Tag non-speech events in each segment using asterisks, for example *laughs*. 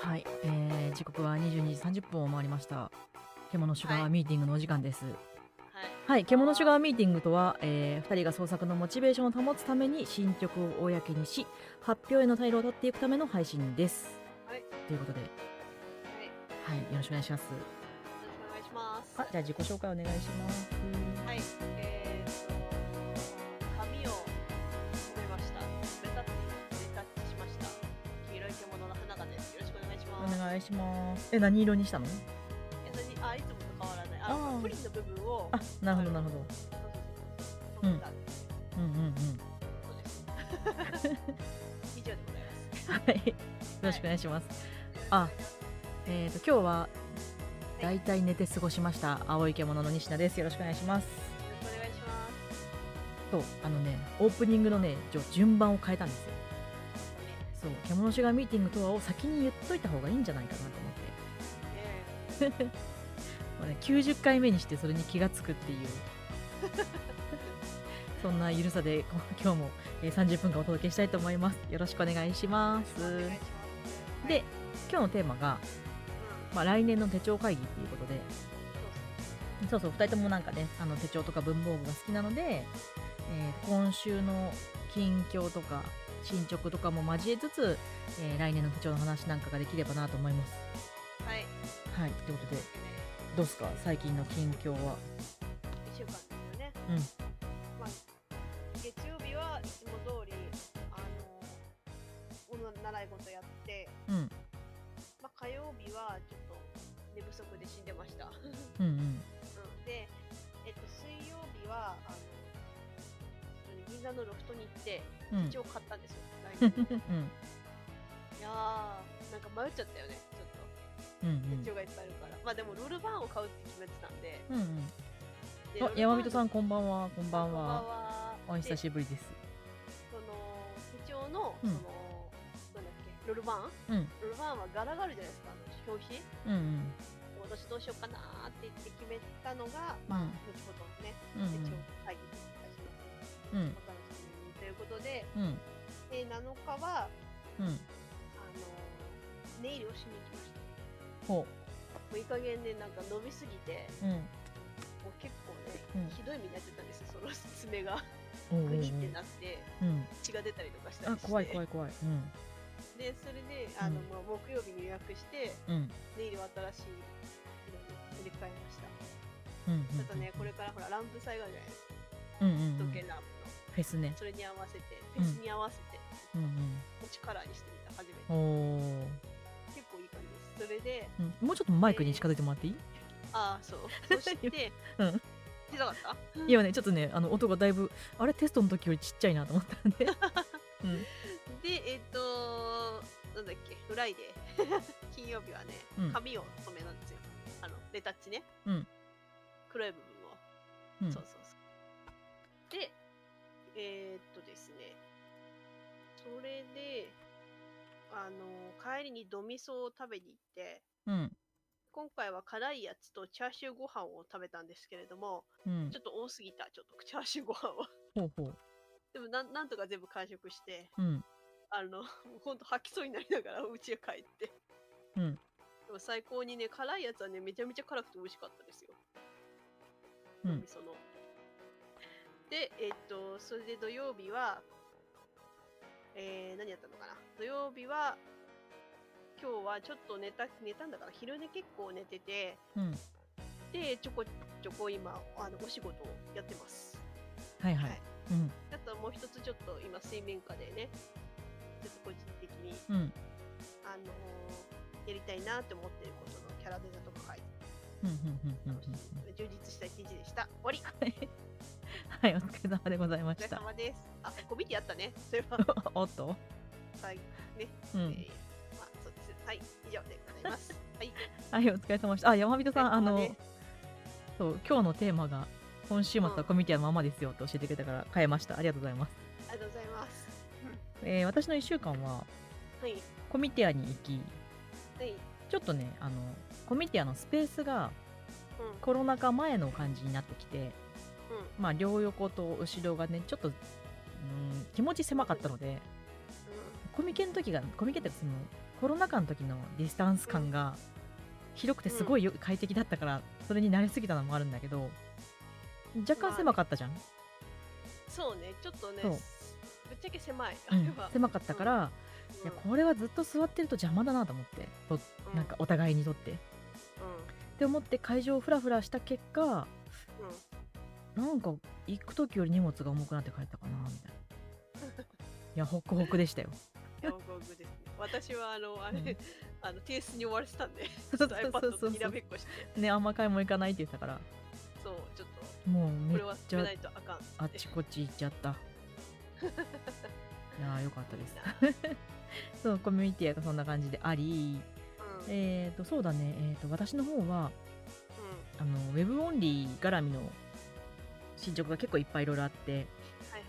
はい、えー、時刻は22時30分を回りました。獣シュガーミーティングのお時間です。はい、はい、獣シュガーミーティングとは、えー、2人が創作のモチベーションを保つために進捗を公にし、発表への退路を取っていくための配信です。はい、ということで、はい、よろしくお願いします。よろしくお願いします。あ、じゃあ自己紹介お願いします。はい、えー、っと、髪を染めました。染めたってタッチしました。黄色い獣の花がです。よろしくお願いします。お願いします。え、何色にしたの？え、何あいつもと変わらない。あ、あプリンの部分を。あ、なるほどなるほど。そうそうそうそう。うん。うんうんうん。そうです。以上でございます。はい、よろしくお願いします。はい、あ。えーと、と今日はだいたい寝て過ごしました、はい、青い獣の西田ですよろしくお願いしますよろしくお願いしますとあのねオープニングのね順番を変えたんですよ、ね、そう「獣シュガーミーティングとは」を先に言っといた方がいいんじゃないかなと思って、ねもうね、90回目にしてそれに気が付くっていうそんなゆるさで今日も30分間お届けしたいと思いますよろしくお願いしますで今日のテーマがまあ、来年の手帳会議っていうことで、そうそう、2人ともなんかね、あの手帳とか文房具が好きなので、えー、今週の近況とか進捗とかも交えつつ、えー、来年の手帳の話なんかができればなと思います。はい。はい、ということで、どうすか、最近の近況は。 1週間ですよね。うん。まあ、月曜日はいつも通り、あの、習い事やって、うん。まあ、火曜日はちょっと寝不足で死んでましたうん、うんうん、で、えっと、水曜日はあの銀座のロフトに行って一応、うん、買ったんですよ、うん、 *laughs* いやーなんか迷っちゃったよねちうょっと、んうん、手帳がいっぱいあるからまあでもロールバーンを買うって決めてたんで,、うんうん、で山人さんこんばんはこんばんはお久しぶりですその手帳の、そのロルバーン、うん、ロルバーンは柄があるじゃないですかあの表紙、うん、うん、私どうしようかなって言って決めたのが、まあ、うん、後ほどね、うんうん、手帳会議に出します、うん、お楽しみにということで、うん、で7日は、うん、あのネイルをしに行きましたほういい加減ねなんか伸びすぎて、うん、もう結構うね、ん、ひどい目になってたんですよその爪がグニってなって、うん、血が出たりとかしたりして怖い怖い怖い、うん、でそれであの、まあ、木曜日に予約して、うん、ネイルを新しい色に入れ替えました、うんうんうん、ちょっとねこれからほらランプ祭があるじゃないですうんか、うん時計ランプのフェスねそれに合わせてフェスに合わせて、うんうん、こっちカラーにしてみた初めてお結構いい感じですそれで、うん、もうちょっとマイクに近づいてもらっていい、ああそう *laughs* そして、うん、小さかった今ねちょっとねあの音がだいぶあれテストの時よりちっちゃいなと思ったんで、 *laughs* うん、でえっ、ー、となんだっけフライデー *laughs* 金曜日はね、うん、髪を染めなんですよあのレタッチね、うん、黒い部う分を、ん、そうそうそうでえー、っとですねそれであの帰りにドミソを食べに行って、今回は辛いやつとチャーシューご飯を食べたんですけれども、ちょっと多すぎたちょっとチャーシューご飯はほうほうでもなんなんとか全部完食して、あの、ほんと吐きそうになりながらお家へ帰ってうん。でも最高にね、辛いやつはね、めちゃめちゃ辛くて美味しかったですよ。うん。その。で、えっと、それで土曜日は、えー、何やったのかな。土曜日は、今日はちょっと寝た、寝たんだから、昼寝結構寝てて、うん、で、ちょこちょこ今、あの、お仕事をやってます。はいはい。はい、うん。あともう一つちょっと今、水面下でね、ちょっと個人的に、うん、あのー、やりたいなって思ってることのキャラデザとか書いて、充実した一日でした終わりはいお疲れ様でございましたお疲れ様ですあコミュニティあったねそれはおっとはいね、うん、えー、まあそうですはい以上でございますはい、はい、お疲れ様でしたあ山人 *laughs* さんあのそう今日のテーマが今週末はコミュニティのままですよって教えてくれたから変えました、うん、ありがとうございますありがとうございますえー、私の1週間は、はい、コミティアに行き、はい、ちょっとねあのコミティアのスペースが、うん、コロナ禍前の感じになってきて、うん、まあ両横と後ろがねちょっとうん気持ち狭かったのでコミケの時がコミケってそのコロナ禍の時のディスタンス感が広くてすごいよ快適だったからそれに慣れすぎたのもあるんだけど若干狭かったじゃん、そうねちょっとねそうぶっちゃけ狭い、うあれんは、狭かったから、うん、いやこれはずっと座ってると邪魔だなと思ってとうんなんかお互いにとってっうて思って会場をフラフラした結果んうんなんか行く時より荷物が重くなって帰ったかなみ *laughs* たいないやホクホクでしたよヤオゴングですね。私はあのあれ、うんあの提出に追われてたんで、ちそょうっとそうそう iPad そとうにらめっこして、ねあんま買いも行かないって言ってたからそうちょっもうとめこっれはち進ゃめないとあかん。あっちこっち行っちゃった *laughs* いやーよかったですいいなそうコミュニティがそんな感じでありうんうんえー、とそうだね、えー、と私の方はあのウェブオンリー絡みの進捗が結構いっぱいいろいろあって、はいはい。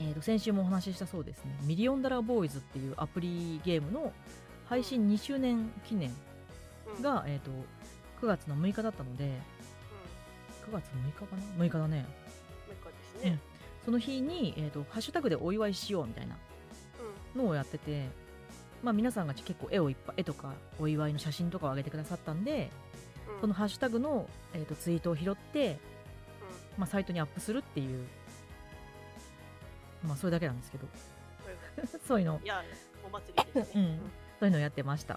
えー、と先週もお話ししたそうですね「ミリオンダラーボーイズ」っていうアプリゲームの配信2周年記念うん、が、えー、と9月の6日だったので9月6日かな6日だねうん、もう一個ですね。その日に、えーと「ハッシュタグでお祝いしよう」みたいなうんのをやってて、まあ、皆さんが結構絵をいっぱい絵とかお祝いの写真とかを上げてくださったんでうんそのハッシュタグの、えー、とツイートを拾って、うんまあ、サイトにアップするっていう、まあ、それだけなんですけど *laughs* そういうのいやお祭りですうね。んそういうのをやってました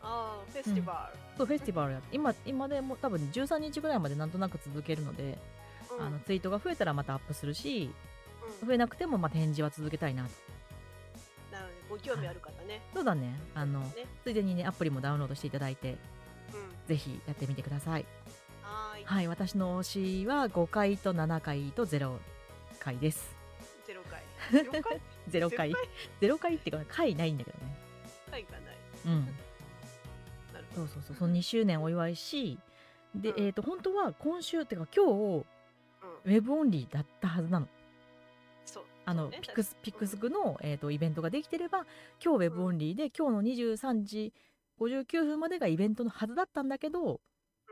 ああフェスティバそうフェスティバルやって今今でも多分13日ぐらいまでなんとなく続けるので、ル。うんあのツイートが増えたらまたアップするしうん増えなくてもまあ展示は続けたいなとなのでご興味ある方ね。そうだねあのねついでにねアプリもダウンロードしていただいてうんぜひやってみてくださいはーいはい私の推しは5回と7回と0回ですゼロ *laughs* 回。ゼロ回0回ゼロ0回っていうか回ないんだけどね回がない。うんなるほそど。うそうそうその2周年お祝いしでうんえっ、と本当は今週っていうか今日うんウェブオンリーだったはずなのそうあの、そうねピクスピクスクの、えー、とイベントができてれば今日ウェブオンリーで、今日の23時59分までがイベントのはずだったんだけど、う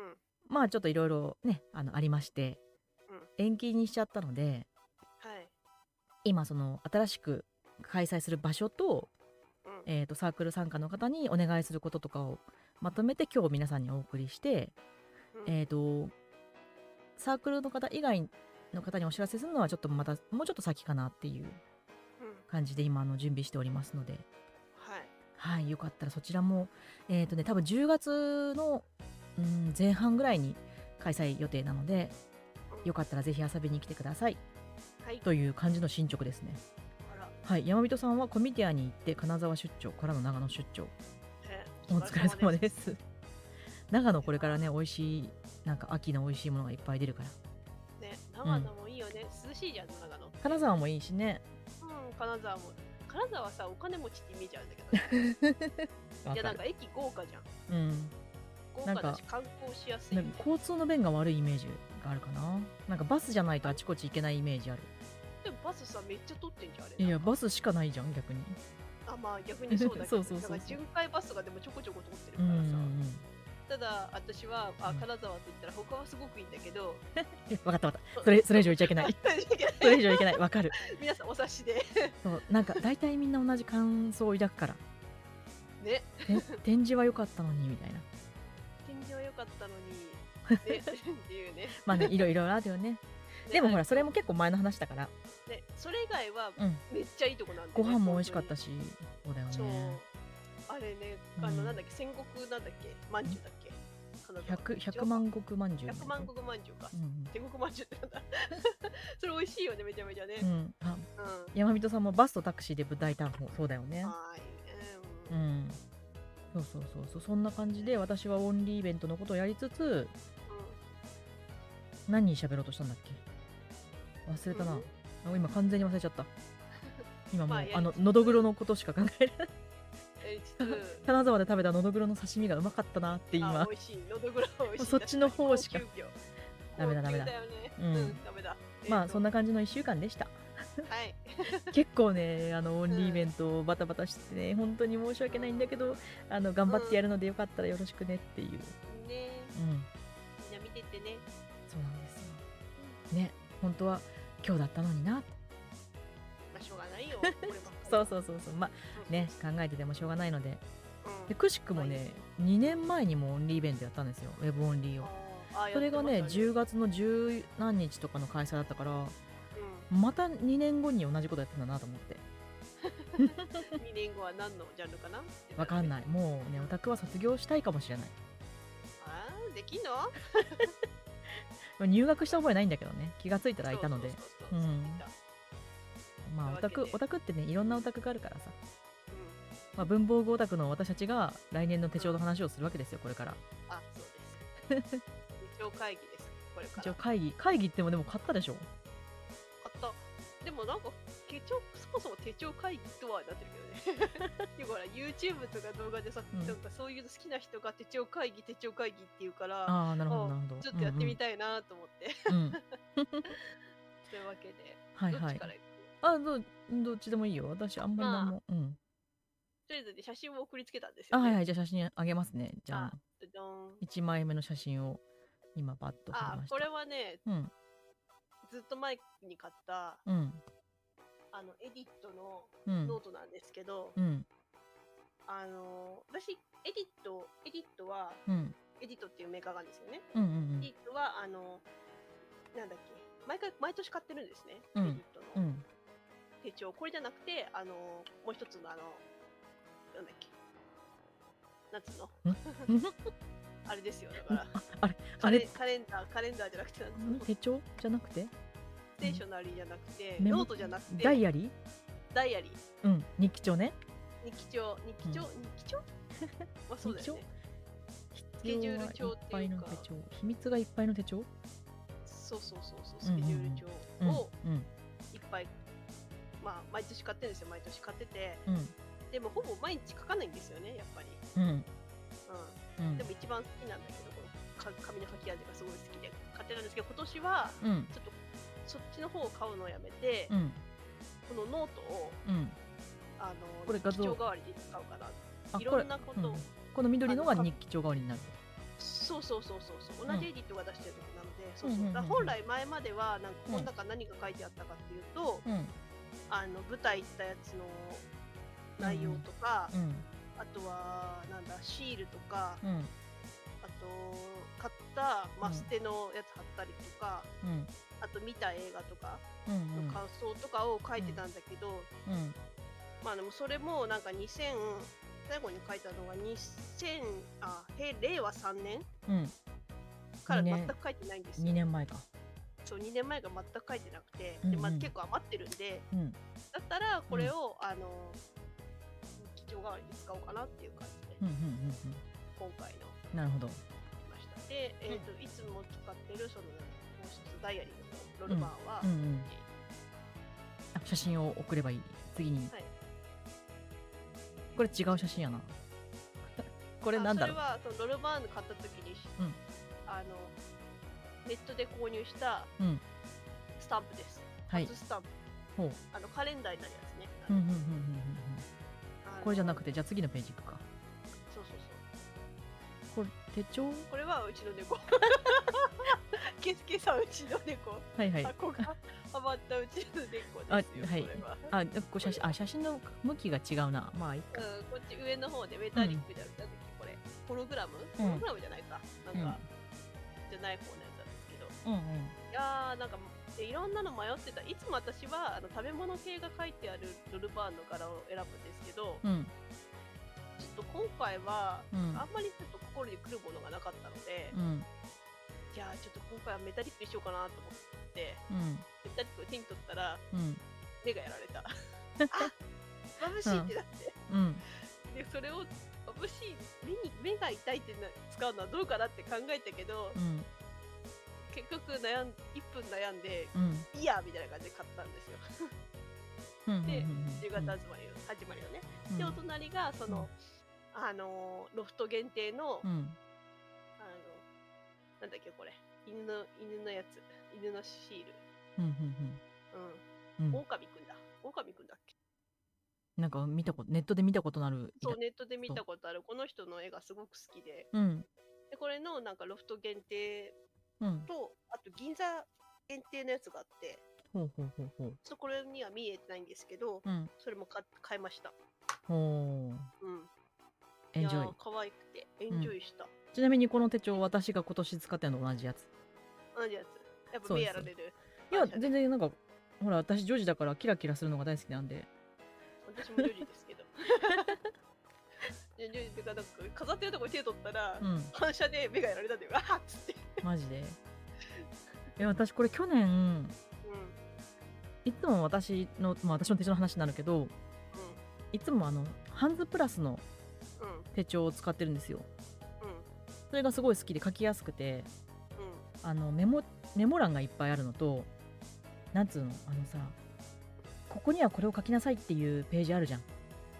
んまあちょっといろいろねあのありまして、延期にしちゃったのではい。今その新しく開催する場所と,、うんえー、とサークル参加の方にお願いすることとかをまとめて今日皆さんにお送りして、うんえっ、とサークルの方以外の方にお知らせするのはちょっとまたもうちょっと先かなっていううん感じで今あの準備しておりますので、はい。はい、よかったらそちらも、えっ、とね、多分10月の、うん、前半ぐらいに開催予定なので、よかったらぜひ遊びに来てくださいはい。という感じの進捗ですね。あらはい、山人さんはコミティアに行って金沢出張からの長野出張、ねお疲れ様です。長野これからね、美味しい、なんか秋の美味しいものがいっぱい出るから。ね、長野もいいよね、涼しいじゃん、長野。金沢もいいしね。うん、金沢も。金沢はさ、お金持ちってイメージあるんだけど、ね、わいや、かなんる。か駅豪華じゃん。うん。豪華なだんし、か観光しやすい。なんか交通の便が悪いイメージがあるかな。なんかバスじゃないとあちこち行けないイメージある。でも、バスさ、めっちゃ取ってんじゃん、あれ。いや、バス。スしかないじゃん、逆に。あ、まあ、逆にそうだ *laughs* けそど、うそうそうそうなんか巡回バスがでもちょこちょこ通ってるうかんらうさ。んうん。ただ、私は、あ、うん金沢って言ったら、他はすごくいいんだけど、え *laughs* わかったわかったそれそれ以上言っちゃいけないそれ以上いけないわかる *laughs* 皆さん、お察しで。そうなんか大体みんな同じ感想を抱くからね、て展示は良かったのにみたいな天井は良かったのに、ね、 *laughs* っていうね。まあねいろいろあるよねでもほらそれも結構前の話だからね、それ以外はうんめっちゃいいとこなんで、ご飯も美味しかったし。しそうだよそうね。あれね、うんあの、なんだっけ、戦国なんだっけ、まんじゅうだっけ。金沢 100, 100万石まんじゅう100万国まんじゅうかう。ん戦国まんじゅうってな *laughs* んだ。それ美味しいよね、めちゃめちゃねう。ん、あうん。は山人さんもバスとタクシーで舞台探訪そうだよーねい。ううん。んそうそうそうそうそんな感じで私はオンリーイベントのことをやりつつ何喋ろうとしたんだっけ忘れたな、うんあ今完全に忘れちゃった今もう、まあやりつつあののどぐろのことしか考えられないやりつつ金沢で食べたのどぐろの刺身がうまかったなってあ今美味しい。のどぐろは美味しい。そっちの方しか高級魚。ダメだダメだ高級よねううんん、ダメだ。まあそんな感感じの1週間で *laughs* したじ。はい。結構ねあのオンリーイベントをバタバタしてね本当に申し訳ないんだけどあの頑張ってやるのでよかったらよろしくねっていうね、うんみんな見てってね。そうなんですよね本当は今日だったのにな *laughs* そうそうそうそうまあね考えててもしょうがないのででくしくもね、は2年前にもオンリーイベントやったんですよウェブオンリーをそれがね10月、月の十何日とかの開催だったからうまた2年後に同じことやってんだなと思ってん、2年後は何のジャンルかなって *laughs* わかんいないもうねオタクは卒業したいかもしれないあーできんのまあ入学した覚えないんだけどね気がついたらいたのでそうそうそうそううんいたまあオタクわけでオタクってねいろんなオタクがあるからさ、うんまあ、文房具オタクの私たちが来年の手帳の話をするわけですよこれからあそうです部長会議ですこれから一応会議会議ってもでも買ったでしょあったでもなんか手帳そもそも手帳会議とはなってるけどね *laughs* でもほら YouTube とか動画でさ、うんなんかそういうの好きな人が手帳会議手帳会議っていうからああなるほどあなるほどちょっとやってみたいなと思って、うんうん、うん、 *laughs* というわけで、はいどっはちいから行くあどどっちでもいいよ私あんまり何も、うんとりあえずね写真を送りつけたんですあよ、ねはいはいじゃあ写真あげますねじゃああドドーン1枚目の写真を今バッと撮ありましたこれはねうんずっと前に買ったうんあのエディットのうんノートなんですけど、うんあの私エディットエディットはうんエディットっていうメーカーがあるんですよねうんうんエディットはあのなんだっけ毎回毎年買ってるんですね、うんエディットうんうのん手帳、これじゃなくてあのもう一つのあのなんだっけなんつうのん *laughs* あれですよだからあれカあレれカレンダーカレンダーじゃなくてなんつうのん手帳じゃなくてステーショナリーじゃなくて、メモノートじゃなくてダイアリダイアリーーうん日記帳ね日記帳日記帳、日記帳まあそうだよねスケジュール帳っていういっぱかいの手帳秘密がいっぱいの手帳そうそうそうそううスんうんケジュールうん帳をうんいっぱい、まあ毎年買ってるんですよ毎年買っててうんでもほぼ毎日書かないんですよねやっぱり、うんううんん、でも一番好きなんだけどこのか紙の書き味がすごい好きで買ってるんですけど今年はうんちょっとそっちの方を買うのをやめて、うんこのノートをうんあのこれ画像日記帳代わりで使うかなあいころれんなことを、うんこの緑のがあの日記帳代わりになるそうそうそうそうそううん同じエディットが出してるとこなので、そううんうんそううんだから本来前まではなんかうんこの中何が書いてあったかっていうと、うんあの舞台行ったやつの内容とか、うんあとはなんだシールとか、うんあと買ったマステのやつ貼ったりとか、うんあと見た映画とかうんの感想とかを書いてたんだけど、うんうんまあでもそれもなんか2000最後に書いたのが2000あへ令和3年うんから二全年く書いてないんですよ2年前かそう2年前が全く書いてなくて、うんうんでまあ、結構余ってるんでうんだったらこれを、あの基調代わりに使おうかなっていう感じで、うんうんうん今回のうんなるほど来ましたで、えーといつも使ってるそのもう一つダイアリーのロルバーは、うんうんあ写真を送ればいい次にはいこれ違う写真 *laughs* やなこれなんだろうあそれはそのロルバーン買った時に、うんあのネットで購入したうんスタンプです、はい初スタンプほうあのカレンダーになるやつうね、んうんうんうんうんうんあのこれじゃなくてじゃあ次のページ行くかそうそうそうこれ手帳これはうちの猫。ケスケさん、うちの猫。はいはい箱が余ったうちのあ猫ですよ。はいこれはあこう写真あ写真の向きが違うなまあいいかうん、こっち上の方でメタリックじゃなくて、なんだっけこれ、ホログラム、うんホログラムじゃないか。なんか、じゃない方のやつなんですけうど。んうんいやー、なんか、でいろんなの迷ってた。いつも私はあの食べ物系が書いてあるロルバーンの柄を選ぶんですけど、うんちょっと今回は、うんあんまりちょっと心に来るものがなかったので、うんじゃあちょっと今回はメタリックにしようかなと思って、うんメタリックを手に取ったら、うん目がやられ *laughs* た。あ眩しいってなって、うんでそれを眩しい目に目が痛いってな使うのはどうかなって考えたけど、うん結局悩ん1分悩んで、うんいいやみたいな感じで買ったんですよ。うんうんでうん10月始まりの、始まりのね。で、お隣がその、あのーロフト限定の、うんうんあのなんだっけこれ犬の犬のやつ犬のシうール。んうんううんん、うん狼くんだ。狼くんだっけなんか見たことネットで見たことのあるそう、ネットで見たことある、この人の絵がすごく好きで、うんでこれのなんかロフト限定うんとあと銀座限定のやつがあってほうほうほうほうちょっとこれには見えてないんですけど、うんそれも買買いました。おーうん。エンジいョやイー可愛くて、エンジョイした。ちなみにこの手帳私が今年使ってるのと同じやつ同じやつ。やっぱそう目ですやられる。いやあじゃあ全然なんかほら私女児だからキラキラするのが大好きなんで私もジョージですけど。でジョージっていうか、なんか飾ってるとこに手取ったら、うん反射で目がやられたんだよ。わはっつって。マジでいや私これ去年うん。うん。いつも私の、まあ、私の手帳の話になるけどいつもあのハンズプラスのうん。手帳を使ってるんですようん。それがすごい好きで書きやすくてうん。あのメモメモ欄がいっぱいあるのとなんつうのあのさここにはこれを書きなさいっていうページあるじゃん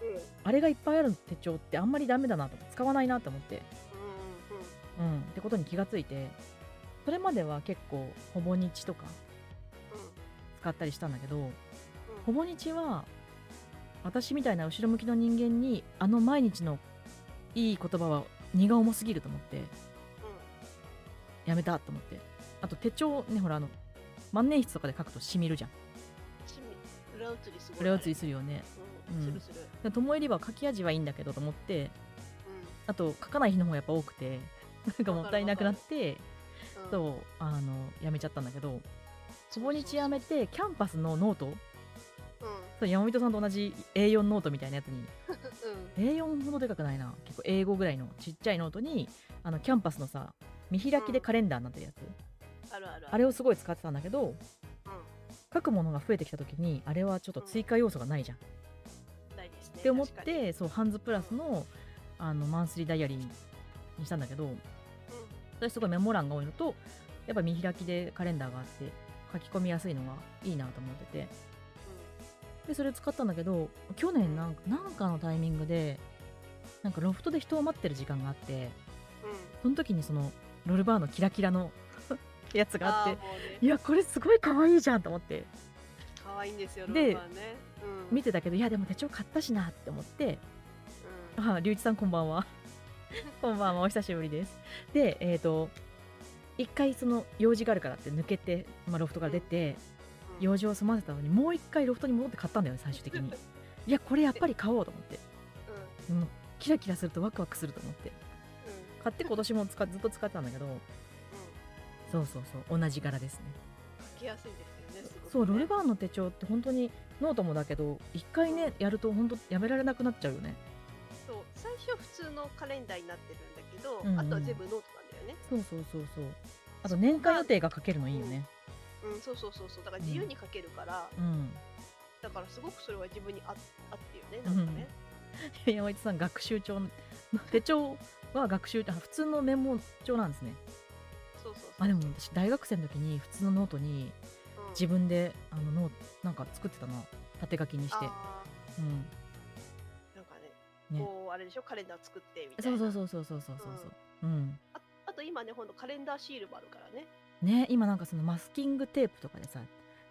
うん。うん。あれがいっぱいある手帳ってあんまりダメだなと使わないなと思ってうん。うんってことに気がついてそれまでは結構ほぼ日とかうん。使ったりしたんだけどうんほぼ日は私みたいな後ろ向きの人間にあの毎日のいい言葉は荷が重すぎると思ってやめたと思ってあと手帳ねほらあの万年筆とかで書くとしみるじゃん趣味裏写りすごい。裏写りすするよねる。う。うんんするする。うん。で巴リバー書き味はいいんだけどと思ってあと書かない日の方がやっぱ多くてなんかもったいなくなってうんそうあのやめちゃったんだけどそうほぼ日やめてキャンパスのノートうん。うん。そう山本さんと同じ A4 ノートみたいなやつに A4 ほどでかくないな結構英語ぐらいのちっちゃいノートにあのキャンパスのさ見開きでカレンダーになってるやつ、あるある。あれを。をすごい使ってたんだけどう書くものが増えてきた時にあれはちょっと追加要素がないじゃん、っん。ないですね。て思っ確かに。てそうハンズプラスのあのマンスリーダイアリーにしたんだけど私すごいメモ欄が多いのとやっぱ見開きでカレンダーがあって書き込みやすいのがいいなと思っててでそれを使ったんだけど去年なんかなんかのタイミングでなんかロフトで人を待ってる時間があってうん。うん。うん。その時にそのロルバーのキラキラの *laughs* やつがあってーもうねいやこれすごい可愛いじゃんと思って可愛いんですよ。でローファーね。うん。見てたけどいやでも手帳買ったしなって思ってうんあ龍一さんこんばんは *laughs* こんばんはお久しぶりですでえっ、と一回その用事があるからって抜けて、まあ、ロフトから出てうん用事を済ませたのにもう一回ロフトに戻って買ったんだよね最終的にいやこれやっぱり買おうと思ってうん。うんキラキラするとワクワクすると思って買って今年も使っずっと使ってたんだけどうそうそうそう同じ柄ですねん。書きやすいですよね。すごくねそうロレバーンの手帳って本当にノートもだけど一回ねやると本当やめられなくなっちゃうよねそう最初は普通のカレンダーになってるんだけど、うんうんあとは全部ノートなんだよね。そうそうそうそうあと年間予定が書けるのいいよねうん、そうそうそうそう。だから自由に書けるから、うん *laughs* だからすごくそれは自分にああってよね。なんかね。山市さん学習帳の手帳は学習あ普通のメモ帳なんですねそうそうそう。あでも私大学生の時に普通のノートにうん自分であのノーなんか作ってたの縦書きにしてあうんーなんかねね、こうあれでしょ、カレンダー作ってみたいそうな。そうそうそうそうそうそうそううんああと今ね、ほんとカレンダーシールもあるからね。ね今なんかそのマスキングテープとかでさ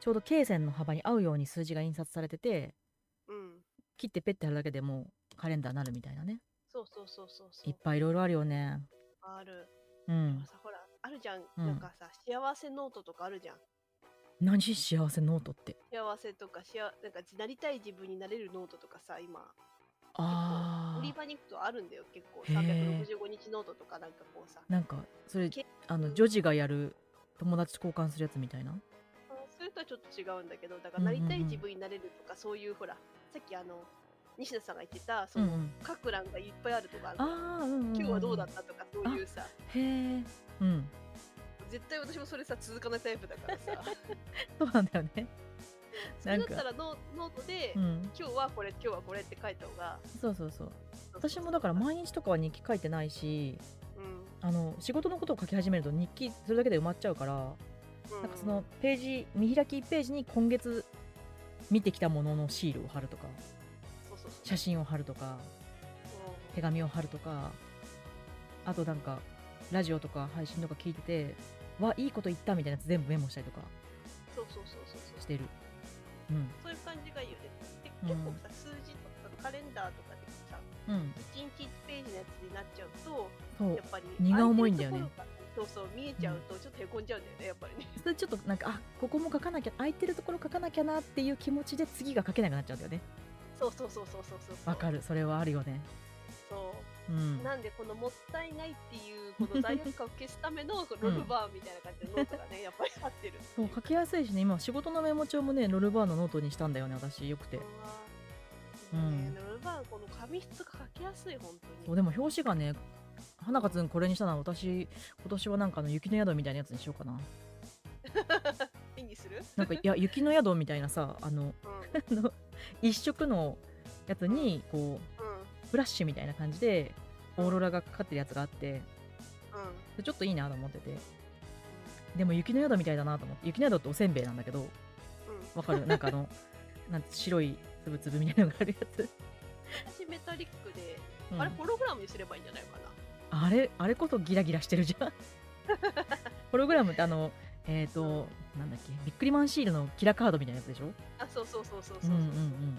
ちょうど経線の幅に合うように数字が印刷されててうん。切ってペッて貼るだけでもうカレンダーになるみたいなねそうそうそうそうそいっう。ぱいいろいろあるよねある。うでんもさ、ほら、あるじゃん。うんなんかさ、幸せノートとかあるじゃん。何幸せノートって幸せとか、しあなんかなりたい自分になれるノートとかさ、今、あ売りー場に行くとあるんだよ、結構。へー365日ノートとかなんかこうさ。なんかそれけあの女児がやる友達と交換するやつみたいなそれとはちょっと違うんだけど、だかうらんうなうんんりたい自分になれるとか、そういうほら、さっきあの、西野さんが言ってた、そうんうの、ん書く欄がいっぱいあるとかあるのああうんんん今日はどうだったとかそういうさへえうん絶対私もそれさ続かないタイプだから *laughs* さそうなんだよねそれだっなたらノノートで、うん今日はこれ今日はこれって書いた方がそうそうそう私もだから毎日とかは日記書いてないしうんあの仕事のことを書き始めると日記それだけで埋まっちゃうからうんなんかそのページ見開き1ページに今月見てきたもののシールを貼るとかそうそうそう写真を貼るとか手紙を貼るとかあとなんかラジオとか配信とか聞いててわいいこと言ったみたいなやつ全部メモしたりとかそうそうそうそうそうしてるうんそういう感じがいいよねでうん結構さ数字とかカレンダーとかでさうん1日1ページのやつになっちゃうとそうやっぱり荷が重いんだよね空いてるところがそうそう見えちゃうとちょっとへこんじゃうんだよね、やっぱりねそれちょっとなんかあここも書かなきゃ空いてるところ書かなきゃなっていう気持ちで次が書けなくなっちゃうんだよねそうそうそうそうそうそうわかるそれはあるよねそううんなんでこのもったいないっていうこの罪悪感を消すためのこのロルバーみたいな感じのノートがね、やっぱり合ってるってそいう書きやすいしね今仕事のメモ帳もねロルバーのノートにしたんだよね私よくてうわねうんロルバーこの紙質が書きやすい本当にそうでも表紙がね花香つんこれにしたのは私今年はなんかあの雪の宿みたいなやつにしようかな絵にする、なんかいや雪の宿みたいなさあのうん、うん、あの一色のやつにこうん、うフラッシュみたいな感じでオーロラがかかってるやつがあってちょっといいなと思っててでも雪の宿みたいだなと思って雪の宿っておせんべいなんだけどうん、うん。わかるなんかあのなんて白いつぶつぶみたいなのがあるやつ、私メタリックで、うんあれホログラムにすればいいんじゃないかな。あれあれこそギラギラしてる *laughs* じゃんホログラムってあのえっ、となんだっけビックリマンシールのキラカードみたいなやつでしょあ、そうそうそうそううそうそんううそんう、うん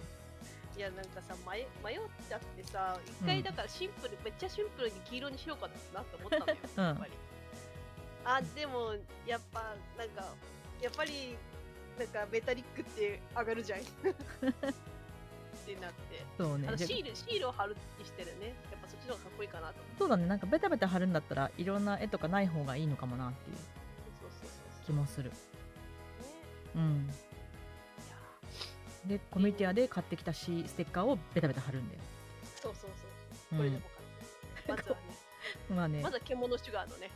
いや、なんかさ、迷迷っちゃってさ、一う回んだからシンプル、めっちゃシンプルに黄色にしようかなと思ったのよ、うんやっぱり。あ、でも、やっぱ、なんか、やっぱり、なんかメタリックって上がるじゃん。ってなって。そう *laughs* ねあのじシゃール、シールを貼るにしてるね。やっぱそっちの方がかっこいいかなと思って。そうだねなんかベタベタ貼るんだったらいろんな絵とかない方がいいのかもなっていうそうそうそう気もするそう。うね。んいやでコミュニティアで買ってきたしステッカーをベタベタ貼るんだよ、そうそうそう。うこれでんもか *laughs* な。まずはね、まあねまずは獣シュガーのね。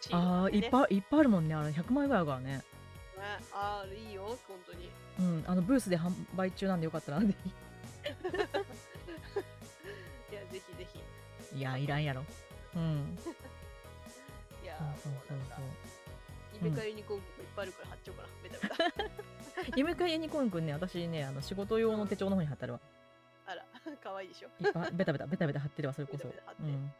シールあーいっねぱいいっぱいあるもんねあれ100枚ぐらいあるからねあーいいよ、本当に。うんあのブースで販売中なんでよか *laughs* ったらいいや、ぜひぜひ。やいらんやろ *laughs* うんいやそうそー、うそうもうなんかそう、イベカユニコーンいっぱいあるから貼っ *laughs* ちゃおうかな、ベタベタ。夢かユニコーンくんね私ねあの仕事用の手帳の方に貼ってあるわあら、可愛いでしょ。いっ *laughs* ぱいベタベタベタベタ貼ってるわそれこそベタベタ貼っうてん、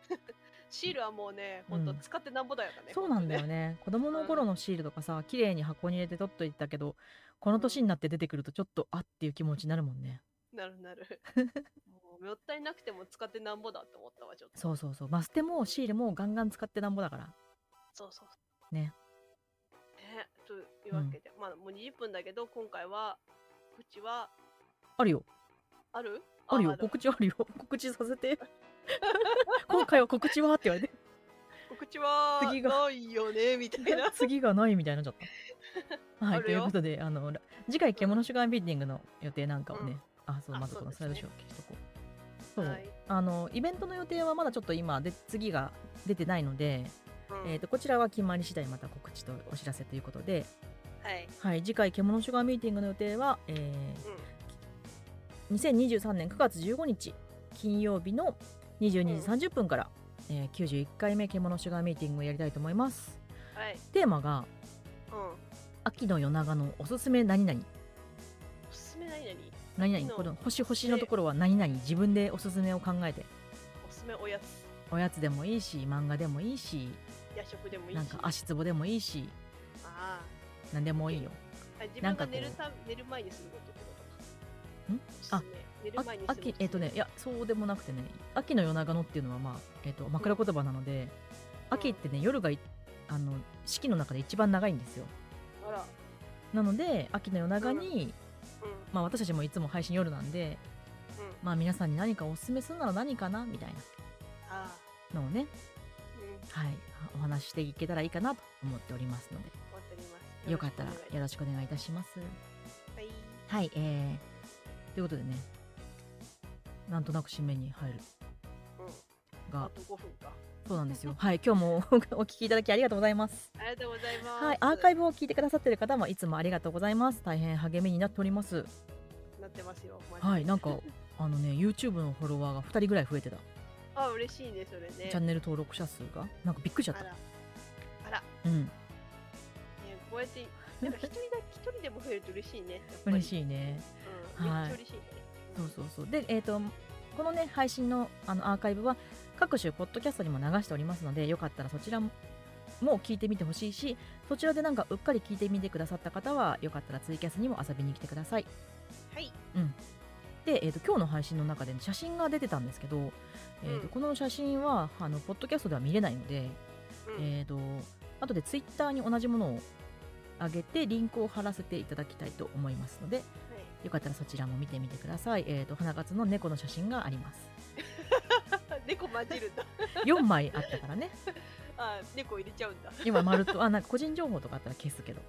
シールはもうね、うほんんと使ってなんぼだよね。そうなんだよほとね。ね子供の頃のシールとかさ綺麗に箱に入れて取っといたけどこの年になって出てくるとちょっとあっていう気持ちになるもんねなる *laughs* なる。もう、もったいなくても使ってなんぼだって思ったわ、ちょっと。そうそうそうマステもシールもガンガン使ってなんぼだからそうそう。ね。ね、というわけで、まあ、もう20分だけど、今回は、告知は、あるよあるあるよ告知あるよ告知させて *laughs* 今回は告知はって言われて告知は次がないよねみたいな *laughs* 次がないみたいになっちゃっ *laughs* たはあいとるいうよことであのら次回獣シュガーミーティングの予定なんかをね、あそうあまずこのスそラうイでドすショーねを聞いとこうそう、はいあのイベントの予定はまだちょっと今で次が出てないので、うんえー、とこちらは決まり次第また告知とお知らせということで、はい、はい、次回獣シュガーミーティングの予定は、えーうん、 2023年9月15日金曜日の22時うん30分から、えー91回目獣シュガーミーティングをやりたいと思いますはい、テーマがうん、お秋の夜長のおすすめ何々すすめ何々何秋々のこの星星のところは何々自分でおすすめを考えておすすめおやつおやつでもいいし漫画でもいいし夜食でもいいしなんか足つぼでもいいしあ何でもいいよーはい自な分んかこがう寝るた寝る前にすることってことかあん寝るあ前にする秋えっ、とねいやそうでもなくてね秋の夜長のっていうのはまあ、えっと枕言葉なので秋ってね夜がいあの四季の中で一番長いんですよあらなので秋の夜長に、うんうんまあ、私たちもいつも配信夜なんで、まあ、皆さんに何かおすすめするなら何かなみたいあなのをね、ーうんはい、お話ししていけたらいいかなと思っておりますのでわかりますよかったらろしくよお願いろしくお願いいたします。はいはい、えー、ということでねなんとなく締めに入るうんあがと5分かそうなん *laughs* ですよ。はい、今日もお聞きいただきありがとうございます。ありがとうございますはい、アーカイブを聞いてくださってる方もいつもありがとうございます。大変励みになっております。なってますよマジではい、なん *laughs* かあのね、YouTube のフォロワーが2人ぐらい増えてた。あ嬉しいねそれねチャンネル登録者数がなんかびっくりしちゃっあた。らあらうん、ね、こうやって、なん *laughs* か一人だ、一人でも増えると嬉しいね。嬉い。しいね。うん、はいめっちゃ嬉しいね。そうそうそう。で、えっ、とこのね配信のあのアーカイブは各種ポッドキャストにも流しておりますので、よかったらそちらも。も聞いてみてほしいしそちらでなんかうっかり聞いてみてくださった方はよかったらツイキャスにも遊びに来てくださいはい。で、えー、と今日の配信の中で、ね、写真が出てたんですけど、えーとうんこの写真はあのポッドキャストでは見れないので、うんえー、と後でツイッターに同じものを上げてリンクを貼らせていただきたいと思いますのではいよかったらそちらも見てみてください、えー、と花勝の猫の写真があります猫混じるんだ。 4枚あったからねあ、猫入れちゃうんだ。今丸とあなんか個人情報とかあったら消す *laughs* けど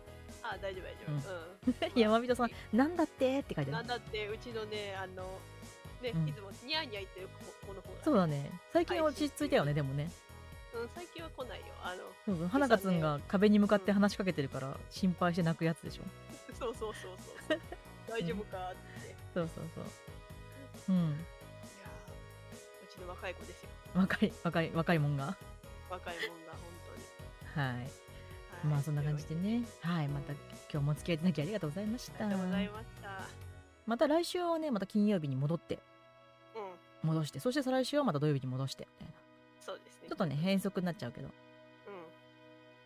あ、大丈夫大丈夫。う *laughs* ん山人さん「なんだって?」って書いてあなんるだってうちのねあのね、うんいつもニャーニャー言ってる子子の方が、そうだね最近は落ち着いたよねでもねうん、最近は来ないよあの *laughs* そうそう花香つんが壁に向かって話しかけてるから心配して泣くやつでしょそうそうそう *laughs* そう大丈夫かって、いやそうそうそううんーうちの若い子ですよ若い若い若いもんが若いもんが本当に、はいはいまあそんな感じでねはいまた今日もお付き合いいただきありがとうございましあたりがとうございましたまた来週はねまた金曜日に戻ってうん戻してそして再来週はまた土曜日に戻してみたいなそうですねちょっとね変則になっちゃうけど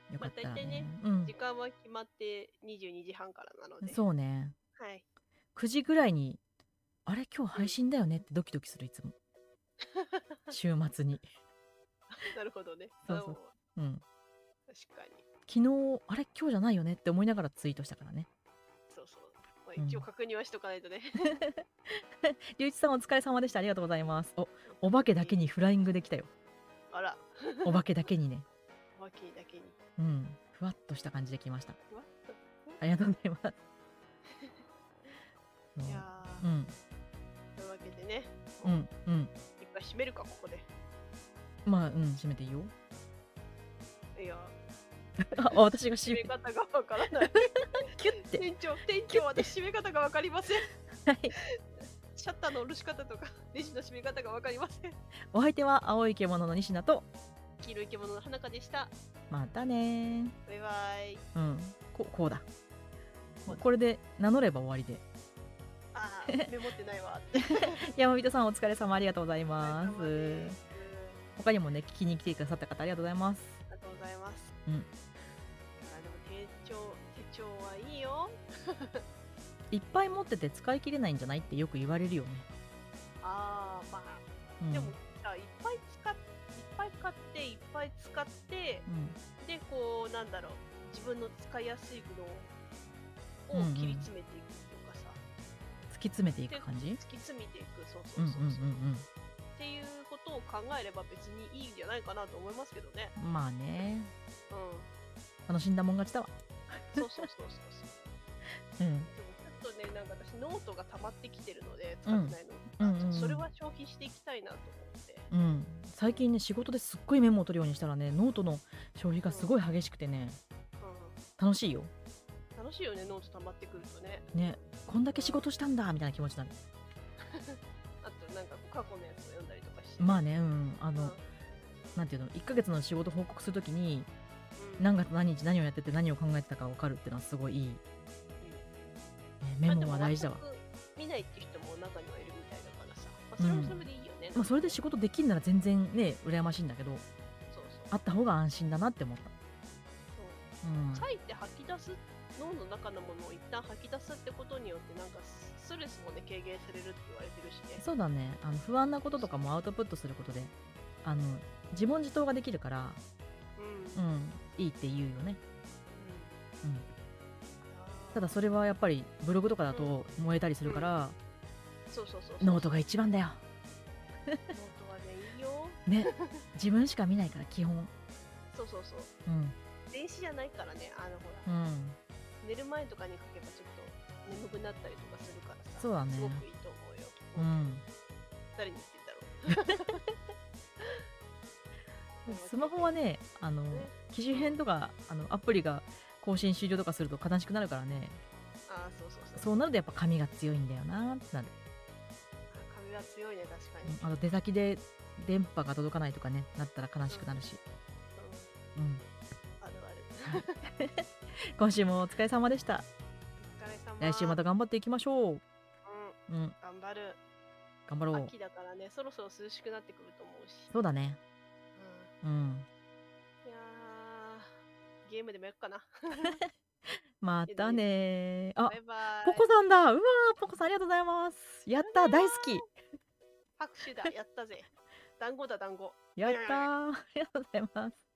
うよかったらね,、まん時間は決まって22時半からなのうんでそうねはい *laughs* 9時ぐらいにあれ今日配信だよねってドキドキするい *laughs* つも週末になるほどねそうそううんあの確かに昨日あれ今日じゃないよねって思いながらツイートしたからねそうそう、まあ、一応うん確認はしとかない *laughs* とね、龍一さんお疲れ様でしたありがとうございますおお化けだけにフライングできたよあらお化けだけにねおまけだけにうんふわっとした感じで来ましたふわっとありがとうございます *laughs* いやーうんというわけでね、ういっんうんぱい閉めるか、ここで。まあうん閉めて *laughs* いいよいや、あ私が閉め閉めて方がわからない。キュッて店長、店長、私、閉め方がわかりません。はいシャッターの下ろし方とか、レジの閉め方がわかりません。お相手は青い獣の西名と黄色い獣の花香でした。またねーバイバイ。うんここうだこれで名乗れば終わりであー、メモってないわって。 *laughs* 山人さんお疲れ様ありがとうございおま疲れ様すです他にもね聞きに来てくださった方ありがとうございますありがとうございます。うんいやーでも店長、手帳はいいよ。いっぱい持ってて使い切れないんじゃないってよく言われるよね、あー、まあ、うん、でもさ、いっぱい使っ、いっぱい買って、いっぱい使って、うんでこうなんだろう自分の使いやすいものうんうをん切り詰めていくというかさ、突き詰めていく感でじ突き詰めていくそううそんううんそううそう、んっていうことを考えれば別にいいんじゃないかなと思いますけどねうんまあねうん楽しんだもん勝ちだわそうそうそうそうそううんでもちょっとねなんか私ノートが溜まってきてるので使ってないの、うんあうんうんそれは消費していきたいなと思ってうん最近ね仕事ですっごいメモを取るようにしたらねノートの消費がすごい激しくてねう楽しいよん楽しいよねノート溜まってくるとねねこんだけ仕事したんだみたいな気持ちになるあとなんかこう過去のやつを読んだりとかしてまあねうんあうんのなんていうの1ヶ月の仕事報告するときにうん何月何日何をやってて何を考えてたか分かるっていうのはすごいいい、ねメモは大事だわあでも全く見ないって人も中にはいるみたいだからさ、まあ、それもそれでいいよね、まあ、それで仕事事できるなら全然ね羨ましいんだけどそうそうあった方が安心だなって思ったそううん書いて吐き出す脳の中のものを一旦吐き出すってことによってなんかストレスもね軽減されるって言われてるしねそうだねあの不安なこととかもアウトプットすることであの自問自答ができるから、ううん、うんん、いいって言うよね、うん、ただそれはやっぱりブログとかだと燃えたりするから、そうそうそうノートが一番だよノートはねいいよね自分しか見ないから基本そうそうそううん電子じゃないからねあのほうら、ん寝る前とかに書けばちょっと眠くなったりとかするからさそうだねすごくいいと思うよ、うん誰に言ってんだろ *laughs* うスマホはねあの機種変とかあのアプリが更新終了とかすると悲しくなるからねああそうそうそうそうなるとやっぱ紙が強いんだよなってなる、髪は強いね確かに、うんあと出先で電波が届かないとかねなったら悲しくなるし、うんうん、あるある今週もお疲れ様でした *laughs* お疲れ様来週また頑張っていきましょう、ううん、ん頑張る頑張ろう秋だからねそろそろ涼しくなってくると思うし、そうだねううんん、いやーゲームでもやるかなまたねあバイバイポコさんだうわーポコさんありがとうございますやった大好き拍手だやったぜ団子だ団子やったーありがとうございます